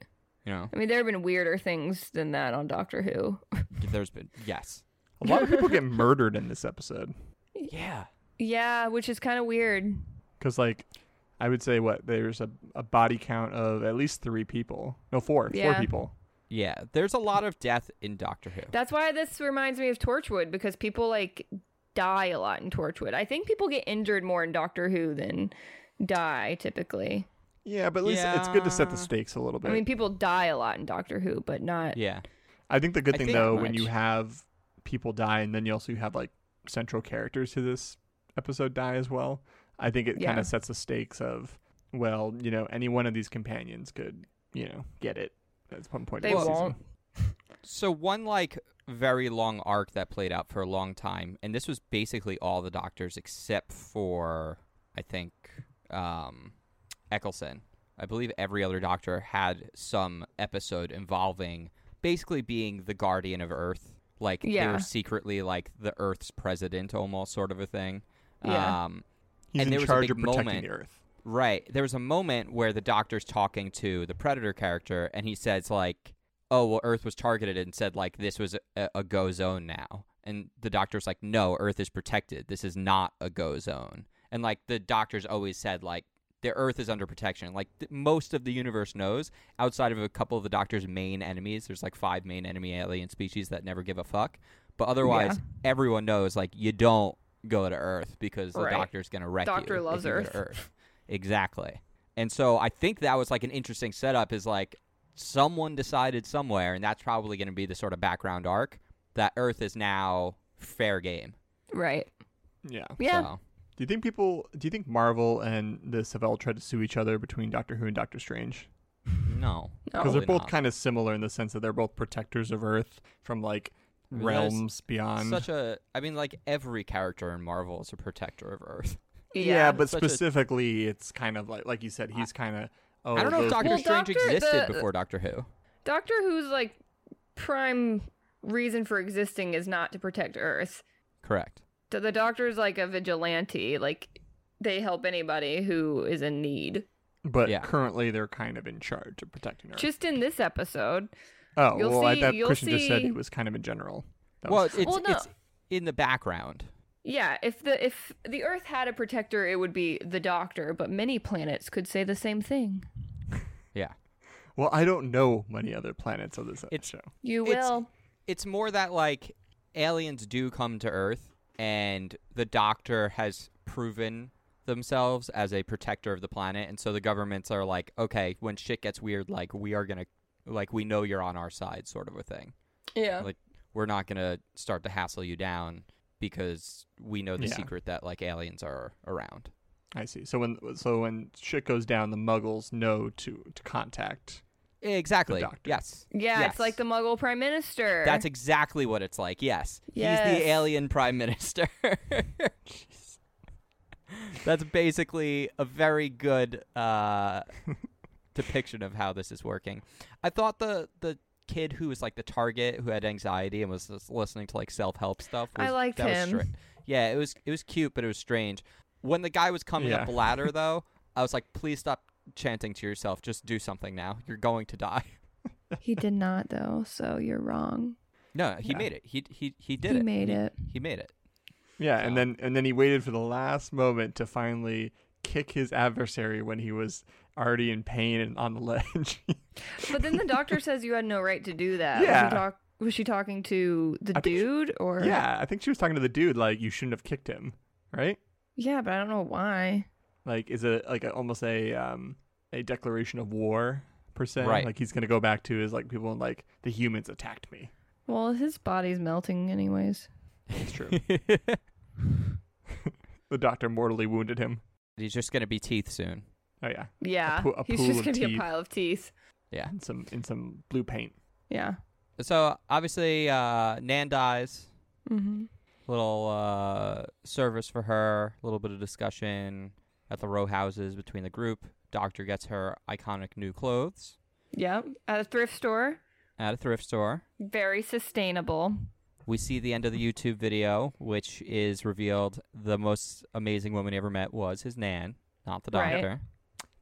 Speaker 1: You know,
Speaker 3: I mean, there have been weirder things than that on Doctor Who.
Speaker 1: there's been yes,
Speaker 2: A lot of
Speaker 1: *laughs*
Speaker 2: people get murdered in this episode
Speaker 1: yeah,
Speaker 3: Yeah, which is kind of weird.
Speaker 2: because like I would say what there's a, a body count of at least three people, no four,
Speaker 3: Yeah.
Speaker 2: four people.
Speaker 1: yeah. There's a lot of death in Doctor Who.
Speaker 3: That's why this reminds me of Torchwood because people like die a lot in Torchwood. I think people get injured more in Doctor Who than die typically.
Speaker 2: Yeah, but at least it's good to set the
Speaker 1: Yeah.
Speaker 2: stakes a little bit.
Speaker 3: I mean, people die a lot in Doctor Who, but not.
Speaker 1: yeah,
Speaker 2: I think the good
Speaker 1: I
Speaker 2: thing
Speaker 1: think-
Speaker 2: though,
Speaker 3: Not
Speaker 2: when you
Speaker 3: much.
Speaker 2: have people die and then you also have like central characters to this episode die as well, I think it
Speaker 3: Yeah.
Speaker 2: kind of sets the stakes of well, you know, any one of these companions could, you know, get it at one point.
Speaker 3: They
Speaker 2: in the
Speaker 3: won't.
Speaker 2: Season.
Speaker 1: So one like very long arc that played out for a long time, and this was basically all the doctors except for I think um, Eccleson. I believe every other doctor had some episode involving basically being the guardian of Earth, like they
Speaker 3: Yeah.
Speaker 1: were secretly like the Earth's president, almost sort of a thing.
Speaker 3: Yeah.
Speaker 1: Um,
Speaker 2: He's
Speaker 1: And there
Speaker 2: in
Speaker 1: was a
Speaker 2: charge
Speaker 1: big
Speaker 2: of protecting
Speaker 1: moment.
Speaker 2: the earth.
Speaker 1: Right. There was a moment where the doctor's talking to the Predator character, and he says, like, oh, well, Earth was targeted and said, like, this was a, a go zone now. And the doctor's like, no, Earth is protected. This is not a go zone. And, like, the doctor's always said, like, the Earth is under protection. Like, th- most of the universe knows, outside of a couple of the doctor's main enemies, there's like five main enemy alien species that never give a fuck. But otherwise, everyone knows, like, you don't go to Earth because the
Speaker 3: Right.
Speaker 1: doctor's going to wreck you
Speaker 3: Doctor
Speaker 1: if
Speaker 3: loves
Speaker 1: you go to
Speaker 3: Earth.
Speaker 1: Earth. Exactly. And so I think that was like an interesting setup is like someone decided somewhere, and that's probably going to be the sort of background arc that Earth is now fair game.
Speaker 3: Right.
Speaker 2: Yeah.
Speaker 3: Yeah.
Speaker 1: So,
Speaker 2: Do you think people do you think Marvel and this have all tried to sue each other between Doctor Who and Doctor Strange?
Speaker 1: no.
Speaker 3: No.
Speaker 2: Because they're
Speaker 1: Probably
Speaker 2: both
Speaker 1: not.
Speaker 2: kind of similar in the sense that they're both protectors of Earth from like
Speaker 1: That is
Speaker 2: realms beyond
Speaker 1: Such a, I mean, like every character in Marvel is a protector of Earth.
Speaker 2: Yeah, but
Speaker 1: Such a-
Speaker 2: specifically, it's kind of like, like you said, he's kind of. Oh,
Speaker 1: I don't know if
Speaker 2: those-
Speaker 1: Doctor
Speaker 3: Well,
Speaker 1: Strange
Speaker 3: Doctor-
Speaker 1: existed
Speaker 3: the-
Speaker 1: before Doctor Who.
Speaker 3: Doctor Who's like prime reason for existing is not to protect Earth.
Speaker 1: Correct.
Speaker 3: So the doctor is like a vigilante, like they help anybody who is in need.
Speaker 2: But
Speaker 1: Yeah.
Speaker 2: currently, they're kind of in charge of protecting Earth.
Speaker 3: Just in this episode,
Speaker 2: oh,
Speaker 3: you'll
Speaker 2: well, I,
Speaker 3: see-
Speaker 2: that
Speaker 3: you'll
Speaker 2: Christian just said
Speaker 3: see-
Speaker 2: it was kind of in general. That
Speaker 1: Well,
Speaker 2: was-
Speaker 1: it's,
Speaker 3: Well, no.
Speaker 1: it's in the background.
Speaker 3: yeah, if the if the Earth had a protector, it would be the doctor, but many planets could say the same thing.
Speaker 1: Yeah.
Speaker 2: well, I don't know many other planets on this
Speaker 1: It's-
Speaker 2: show.
Speaker 3: You
Speaker 1: It's-
Speaker 3: will.
Speaker 1: It's more that like aliens do come to Earth, and the Doctor has proven themselves as a protector of the planet, and so the governments are like, okay, when shit gets weird, like we are gonna, like we know you're on our side, sort of a thing.
Speaker 3: Yeah.
Speaker 1: Like we're not gonna start to hassle you down because we know the
Speaker 2: Yeah.
Speaker 1: secret that like aliens are around.
Speaker 2: I see. So when so when shit goes down, the Muggles know to to contact.
Speaker 1: Exactly.
Speaker 2: doctor.
Speaker 1: Yes.
Speaker 3: Yeah,
Speaker 1: Yes.
Speaker 3: it's like the Muggle Prime Minister.
Speaker 1: That's exactly what it's like. Yes. He's
Speaker 3: Yes.
Speaker 1: the alien prime minister. *laughs* That's basically a very good uh, *laughs* depiction of how this is working. I thought the the kid who was like the target who had anxiety and was just listening to like self-help stuff
Speaker 3: I
Speaker 1: was-
Speaker 3: liked
Speaker 1: that was
Speaker 3: him.
Speaker 1: stra- yeah, it was it was cute but it was strange. When the guy was coming up
Speaker 2: Yeah.
Speaker 1: the ladder though, I was like please stop chanting to yourself. Just do something now. You're going to die.
Speaker 3: he did not though, so you're wrong.
Speaker 1: No, he
Speaker 2: Yeah.
Speaker 1: made it. He he he did
Speaker 3: He
Speaker 1: it.
Speaker 3: made it.
Speaker 1: He made it.
Speaker 2: Yeah, and
Speaker 1: So-
Speaker 2: then and then he waited for the last moment to finally kick his adversary when he was already in pain and on the *laughs* ledge.
Speaker 3: But then the doctor says you had no right to do that.
Speaker 2: Yeah.
Speaker 3: Was she, talk- was she talking to the
Speaker 2: I think she-
Speaker 3: dude or
Speaker 2: yeah, I think she was talking to the dude like you shouldn't have kicked him, right?
Speaker 3: Yeah, but I don't know why.
Speaker 2: Like is a like a, almost a um a declaration of war per se.
Speaker 1: Right.
Speaker 2: Like he's gonna go back to his like people and like the humans attacked me.
Speaker 3: Well, his body's melting anyways.
Speaker 2: It's
Speaker 3: *laughs*
Speaker 2: true. the doctor mortally wounded him.
Speaker 1: He's just gonna be teeth soon.
Speaker 2: Oh yeah,
Speaker 1: *laughs*
Speaker 3: Yeah.
Speaker 2: po- a
Speaker 3: He's
Speaker 2: pool
Speaker 3: just
Speaker 2: of
Speaker 3: gonna be
Speaker 2: teeth.
Speaker 3: a pile of teeth.
Speaker 1: Yeah.
Speaker 2: in some in some blue paint.
Speaker 3: Yeah.
Speaker 1: So obviously, uh, Nan dies.
Speaker 3: Mm-hmm.
Speaker 1: Little uh, service for her. A little bit of discussion at the row houses between the group. Doctor gets her iconic new clothes
Speaker 3: Yep. At a thrift store.
Speaker 1: at a thrift store.
Speaker 3: Very sustainable.
Speaker 1: We see the end of the YouTube video, which is revealed the most amazing woman he ever met was his nan, not the
Speaker 3: Right.
Speaker 1: doctor.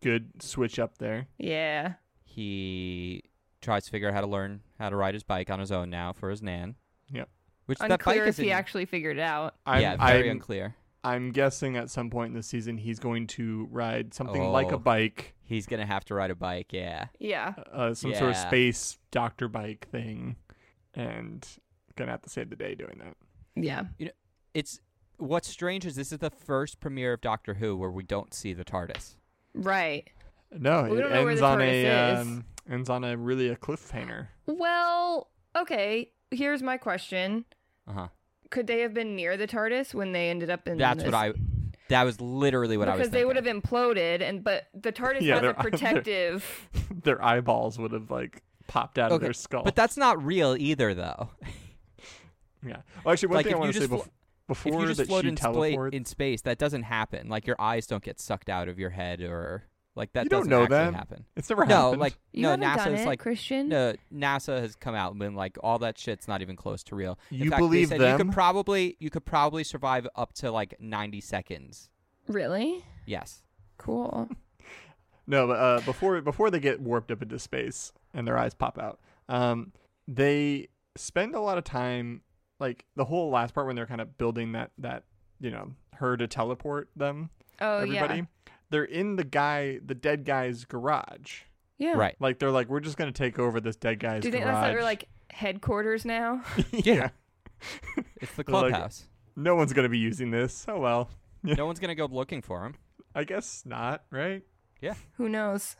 Speaker 2: Good switch up there.
Speaker 3: Yeah.
Speaker 1: He tries to figure out how to learn how to ride his bike on his own now for his nan.
Speaker 2: Yep.
Speaker 1: Which that bike
Speaker 3: Unclear
Speaker 1: is
Speaker 3: if he
Speaker 1: in-
Speaker 3: actually figured it out.
Speaker 2: I'm,
Speaker 1: yeah, very
Speaker 2: I'm,
Speaker 1: unclear.
Speaker 2: I'm guessing at some point in this season he's going to ride something like
Speaker 1: Oh.
Speaker 2: a bike,
Speaker 1: He's gonna have to ride a bike. Yeah.
Speaker 3: Yeah.
Speaker 2: uh, some sort of
Speaker 1: Yeah.
Speaker 2: space doctor bike thing, and gonna have to save the day doing that.
Speaker 3: Yeah.
Speaker 1: It's what's strange is this is the first premiere of Doctor Who where we don't see the TARDIS.
Speaker 3: Right.
Speaker 2: No,
Speaker 3: We
Speaker 2: it
Speaker 3: don't know where
Speaker 2: ends
Speaker 3: the
Speaker 2: on a
Speaker 3: TARDIS is.
Speaker 2: um, ends on a really a cliffhanger.
Speaker 3: Well, okay. Here's my question.
Speaker 1: Uh huh.
Speaker 3: Could they have been near the TARDIS when they ended up in
Speaker 1: That's
Speaker 3: this?
Speaker 1: what I. That was literally what I was.
Speaker 3: because they would have
Speaker 1: thinking.
Speaker 3: imploded and but the TARDIS
Speaker 2: Yeah,
Speaker 3: has
Speaker 2: they're-
Speaker 1: *laughs*
Speaker 2: they're-
Speaker 3: a protective
Speaker 2: their eyeballs would have like popped out of
Speaker 1: Okay,
Speaker 2: their skull.
Speaker 1: But that's not real either, though. *laughs*
Speaker 2: yeah. Well, actually, one
Speaker 1: like,
Speaker 2: thing I
Speaker 1: if you
Speaker 2: want to say
Speaker 1: just
Speaker 2: bef-
Speaker 1: flo- if
Speaker 2: before
Speaker 1: you just
Speaker 2: that
Speaker 1: float
Speaker 2: she
Speaker 1: in, spla-
Speaker 2: teleports,
Speaker 1: in space, that doesn't happen. Like your eyes don't get sucked out of your head, or like that
Speaker 2: You don't
Speaker 1: doesn't
Speaker 2: know
Speaker 1: actually
Speaker 2: that.
Speaker 1: happen.
Speaker 2: it's never
Speaker 1: No,
Speaker 2: happened.
Speaker 1: like
Speaker 3: you
Speaker 1: no,
Speaker 3: haven't
Speaker 1: NASA
Speaker 3: done
Speaker 1: is
Speaker 3: it,
Speaker 1: like
Speaker 3: Christian.
Speaker 1: No, uh, NASA has come out and been like, all that shit's not even close to real. In
Speaker 2: You
Speaker 1: fact, they
Speaker 2: believe
Speaker 1: said You
Speaker 2: them?
Speaker 1: could probably, you could probably survive up to like ninety seconds.
Speaker 3: Really?
Speaker 1: Yes.
Speaker 3: Cool.
Speaker 2: No, but uh, before before they get warped up into space and their eyes pop out, um, they spend a lot of time like the whole last part when they're kind of building that that you know her to teleport them
Speaker 3: Oh
Speaker 2: everybody. They're in the guy the dead guy's garage.
Speaker 3: yeah. Yeah.
Speaker 1: Right.
Speaker 2: Like they're like we're just gonna take over this dead guy's.
Speaker 3: Do you think
Speaker 2: garage.
Speaker 3: that's not their like headquarters now?
Speaker 2: *laughs* yeah.
Speaker 1: It's the
Speaker 2: They're *laughs* like-
Speaker 1: clubhouse.
Speaker 2: No one's gonna be using this. Oh well,
Speaker 1: no one's gonna go looking for him.
Speaker 2: I guess not. Right?
Speaker 3: Who knows?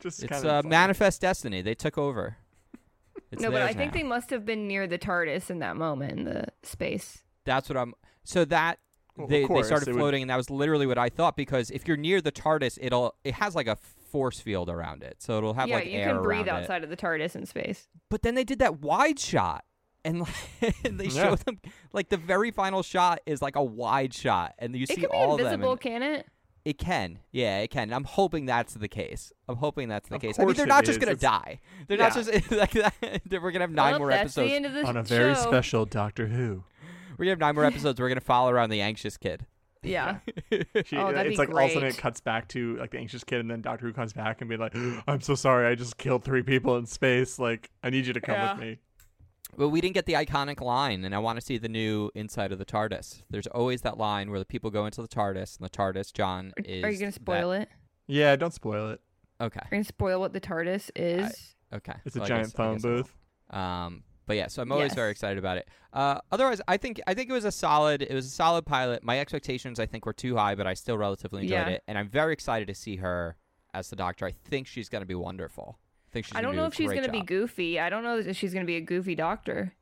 Speaker 2: Just
Speaker 1: It's
Speaker 2: kind
Speaker 1: uh,
Speaker 2: of
Speaker 1: manifest destiny. They took
Speaker 3: *laughs*
Speaker 1: over. It's
Speaker 3: no, but
Speaker 1: theirs
Speaker 3: I think
Speaker 1: now.
Speaker 3: they must have been near the TARDIS in that moment in the space.
Speaker 1: That's what I'm. So that
Speaker 2: Well, of
Speaker 1: they,
Speaker 2: course,
Speaker 1: they started
Speaker 2: it would-
Speaker 1: floating, and that was literally what I thought. Because if you're near the TARDIS, it'll it has like a force field around it, so it'll have
Speaker 3: yeah,
Speaker 1: like
Speaker 3: you
Speaker 1: air
Speaker 3: can
Speaker 1: around
Speaker 3: breathe
Speaker 1: it.
Speaker 3: outside of the TARDIS in space.
Speaker 1: But then they did that wide shot, and, *laughs* like, and they
Speaker 2: Yeah.
Speaker 1: show them like the very final shot is like a wide shot, and you
Speaker 3: It
Speaker 1: see
Speaker 3: can be
Speaker 1: all of them.
Speaker 3: invisible,
Speaker 1: and-
Speaker 3: can it?
Speaker 1: It can. Yeah, it can. I'm hoping that's the case. I'm hoping that's the
Speaker 2: Of
Speaker 1: case. I mean,
Speaker 2: course
Speaker 1: they're
Speaker 2: it
Speaker 1: not just
Speaker 2: is.
Speaker 1: going to
Speaker 2: It's-
Speaker 1: die. They're not
Speaker 2: Yeah.
Speaker 1: just *laughs* like that. We're going to have nine
Speaker 3: Well,
Speaker 1: more
Speaker 3: that's
Speaker 1: episodes.
Speaker 3: the end of the
Speaker 2: on a very
Speaker 3: show.
Speaker 2: special Doctor Who.
Speaker 1: We're going to have nine more episodes. We're going to follow around the anxious
Speaker 2: *laughs*
Speaker 1: kid.
Speaker 3: Yeah.
Speaker 2: She,
Speaker 3: Oh, that'd
Speaker 2: it's
Speaker 3: be
Speaker 2: like all of a sudden it
Speaker 3: great.
Speaker 2: cuts back to like the anxious kid, and then Doctor Who comes back and be like, *gasps* "I'm so sorry, I just killed three people in space. Like, I need you to come
Speaker 3: Yeah.
Speaker 2: with me."
Speaker 1: *laughs* But we didn't get the iconic line, and I want to see the new inside of the TARDIS. There's always that line where the people go into the TARDIS, and the TARDIS, John is.
Speaker 3: Are you gonna spoil it?
Speaker 2: Yeah, don't spoil it.
Speaker 1: it? Okay.
Speaker 3: Are you gonna spoil what the TARDIS is?
Speaker 1: Okay.
Speaker 2: It's a
Speaker 1: Well, I
Speaker 2: giant
Speaker 1: guess- I
Speaker 2: phone
Speaker 1: guess I will.
Speaker 2: booth.
Speaker 1: Um, but yeah, so I'm always
Speaker 3: Yes.
Speaker 1: very excited about it. Uh, otherwise, I think I think it was a solid. It was a solid pilot. My expectations, I think, were too high, but I still relatively enjoyed
Speaker 3: Yeah.
Speaker 1: it, and I'm very excited to see her as the Doctor. I think she's going to be wonderful. I think she's.
Speaker 3: I don't
Speaker 1: gonna
Speaker 3: know
Speaker 1: do a
Speaker 3: if she's
Speaker 1: great
Speaker 3: gonna be
Speaker 1: job.
Speaker 3: goofy. I don't know if she's gonna be a goofy doctor.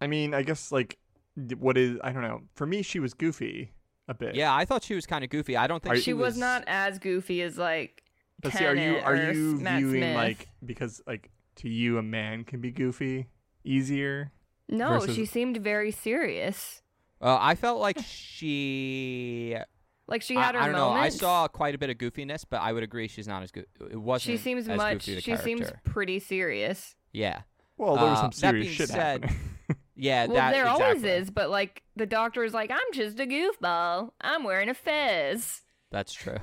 Speaker 2: I mean, I guess like, d- what is? I don't know. For me, she was goofy a bit.
Speaker 1: Yeah, I thought she was kind of goofy. I don't think
Speaker 2: Are-
Speaker 1: she,
Speaker 3: She
Speaker 1: *laughs*
Speaker 3: was not as goofy as like.
Speaker 2: But see, are you
Speaker 3: Tennant
Speaker 2: are
Speaker 3: or
Speaker 2: you
Speaker 3: S- Matt
Speaker 2: viewing
Speaker 3: Smith.
Speaker 2: like because like to you a man can be goofy easier?
Speaker 3: No,
Speaker 2: Versus-
Speaker 3: she seemed very serious.
Speaker 1: Uh, I felt like she.
Speaker 3: Like she
Speaker 1: I,
Speaker 3: had her
Speaker 1: I don't know. I
Speaker 3: moments.
Speaker 1: saw quite a bit of goofiness, but I would agree she's not as good. It wasn't.
Speaker 3: She seems
Speaker 1: as
Speaker 3: much.
Speaker 1: Goofy of a
Speaker 3: She seems
Speaker 1: character.
Speaker 3: pretty serious.
Speaker 1: Yeah.
Speaker 2: Well, there was
Speaker 1: Uh,
Speaker 2: some
Speaker 1: that
Speaker 2: serious
Speaker 1: being
Speaker 2: shit
Speaker 1: said-
Speaker 2: happening. *laughs*
Speaker 1: Yeah.
Speaker 3: well,
Speaker 1: that,
Speaker 3: there always
Speaker 1: exactly.
Speaker 3: is, but like the doctor is like, I'm just a goofball. I'm wearing a fez.
Speaker 1: That's true. *laughs*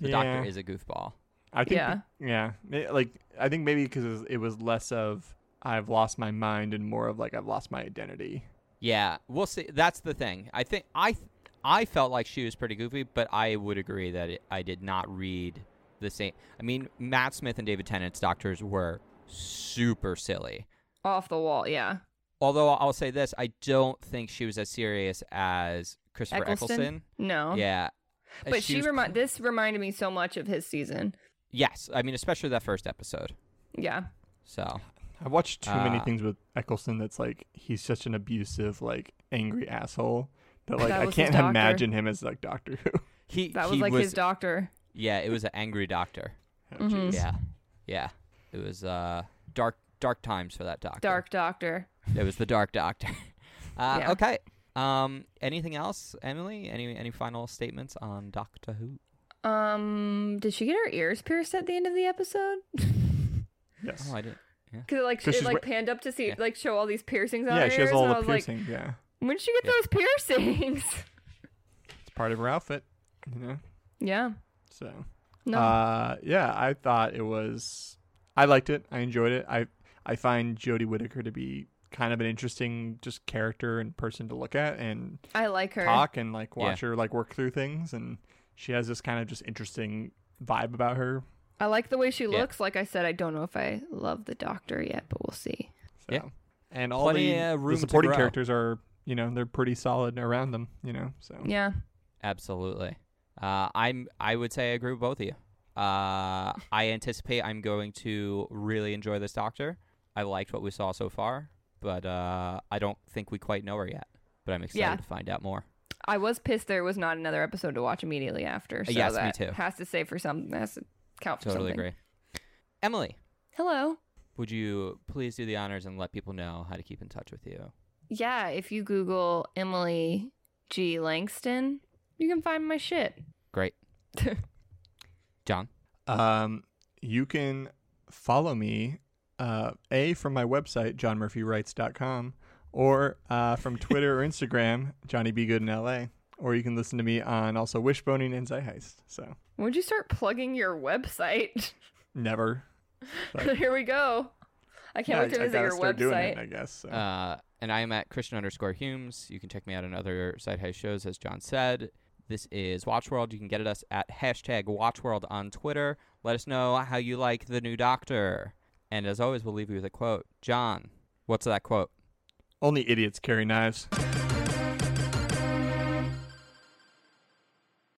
Speaker 1: The
Speaker 2: Yeah.
Speaker 1: Doctor is a goofball.
Speaker 2: I think
Speaker 3: Yeah.
Speaker 2: Yeah, ma- like I think maybe because it was, it was less of I've lost my mind and more of like I've lost my identity.
Speaker 1: Yeah, we'll see. That's the thing. I think I th- I felt like she was pretty goofy, but I would agree that it, I did not read the same. I mean, Matt Smith and David Tennant's doctors were super silly.
Speaker 3: Off the wall, yeah.
Speaker 1: Although I'll say this, I don't think she was as serious as Christopher
Speaker 3: Eccleston?
Speaker 1: Eccleston.
Speaker 3: No.
Speaker 1: Yeah, Uh,
Speaker 3: But she,
Speaker 1: was-
Speaker 3: remind this reminded me so much of his season.
Speaker 1: Yes, I mean especially that first episode.
Speaker 3: Yeah.
Speaker 1: So
Speaker 2: I've watched too many
Speaker 1: Ah.
Speaker 2: things with Eccleston that's like he's such an abusive, like angry asshole that like
Speaker 3: That
Speaker 2: I
Speaker 3: was his
Speaker 2: can't
Speaker 3: doctor.
Speaker 2: imagine him as like Doctor Who. *laughs*
Speaker 1: he
Speaker 3: That was
Speaker 1: he
Speaker 3: like
Speaker 1: was
Speaker 3: his doctor.
Speaker 1: yeah, it was an angry doctor.
Speaker 2: Oh,
Speaker 3: Mhm.
Speaker 2: jeez.
Speaker 1: Yeah, yeah, it was uh dark dark times for that doctor.
Speaker 3: Dark doctor.
Speaker 1: It was the Dark Doctor. *laughs* Uh,
Speaker 3: Yeah.
Speaker 1: Okay. Um, anything else, Emily? Any any final statements on Doctor Who?
Speaker 3: Um, did she get her ears pierced at the end of the episode?
Speaker 2: Yes.
Speaker 1: Oh, I didn't.
Speaker 3: Because it like
Speaker 2: 'Cause
Speaker 3: it
Speaker 2: she's
Speaker 3: like
Speaker 2: we-
Speaker 3: panned up to see
Speaker 1: Yeah.
Speaker 3: like show all these piercings on
Speaker 2: yeah,
Speaker 3: her
Speaker 2: she has
Speaker 3: ears,
Speaker 2: all
Speaker 3: and
Speaker 2: the
Speaker 3: I was like,
Speaker 2: piercing. Yeah,
Speaker 3: when did she get
Speaker 1: Yeah.
Speaker 3: those piercings? *laughs*
Speaker 2: it's part of her outfit. You know,
Speaker 3: yeah.
Speaker 2: so
Speaker 3: No.
Speaker 2: uh, yeah, I thought it was. I liked it. I enjoyed it. I I find Jodie Whittaker to be kind of an interesting just character and person to look at and
Speaker 3: I like her.
Speaker 2: talk and like
Speaker 1: Yeah.
Speaker 2: watch her like work through things and she has this kind of just interesting vibe about her
Speaker 3: I like the way she
Speaker 1: Yeah.
Speaker 3: looks. Like I said, I don't know if I love the doctor yet, but we'll see.
Speaker 2: so
Speaker 1: Yeah.
Speaker 2: and all
Speaker 1: Plenty,
Speaker 2: the,
Speaker 1: uh,
Speaker 2: the
Speaker 1: room to
Speaker 2: supporting
Speaker 1: grow.
Speaker 2: characters are you know they're pretty solid around them you know so
Speaker 3: Yeah.
Speaker 1: Absolutely. Uh, I'm. I would say I agree with both of you. Uh, I anticipate I'm going to really enjoy this Doctor. I liked what we saw so far, but uh, I don't think we quite know her yet. But I'm excited
Speaker 3: Yeah.
Speaker 1: to find out more.
Speaker 3: I was pissed there was not another episode to watch immediately after. So
Speaker 1: yes, me
Speaker 3: that
Speaker 1: too.
Speaker 3: Has to say for something. Has to count for
Speaker 1: Totally
Speaker 3: something.
Speaker 1: agree. Emily,
Speaker 3: Hello.
Speaker 1: would you please do the honors and let people know how to keep in touch with you?
Speaker 3: Yeah, if you Google Emily G. Langston, you can find my shit.
Speaker 1: Great. John.
Speaker 2: um you can follow me uh a from my website johnmurphywrites.com or uh,
Speaker 3: *laughs*
Speaker 2: from twitter or instagram johnny b good in la or you can listen to me on also wishboning and zeitgeist so
Speaker 3: Would you start plugging your website? *laughs*
Speaker 2: never Right.
Speaker 3: Here we go. I can't
Speaker 2: Yeah,
Speaker 3: wait to
Speaker 2: I, I
Speaker 3: visit
Speaker 2: gotta
Speaker 3: your
Speaker 2: start doing it,
Speaker 3: website.
Speaker 2: i guess so.
Speaker 1: Uh, and I am at Christian underscore Humes. You can check me out on other Side High shows, as John said. This is WatchWorld. You can get at us at hashtag WatchWorld on Twitter. Let us know how you like the new Doctor. And as always, we'll leave you with a quote. John, what's that quote?
Speaker 2: only idiots carry knives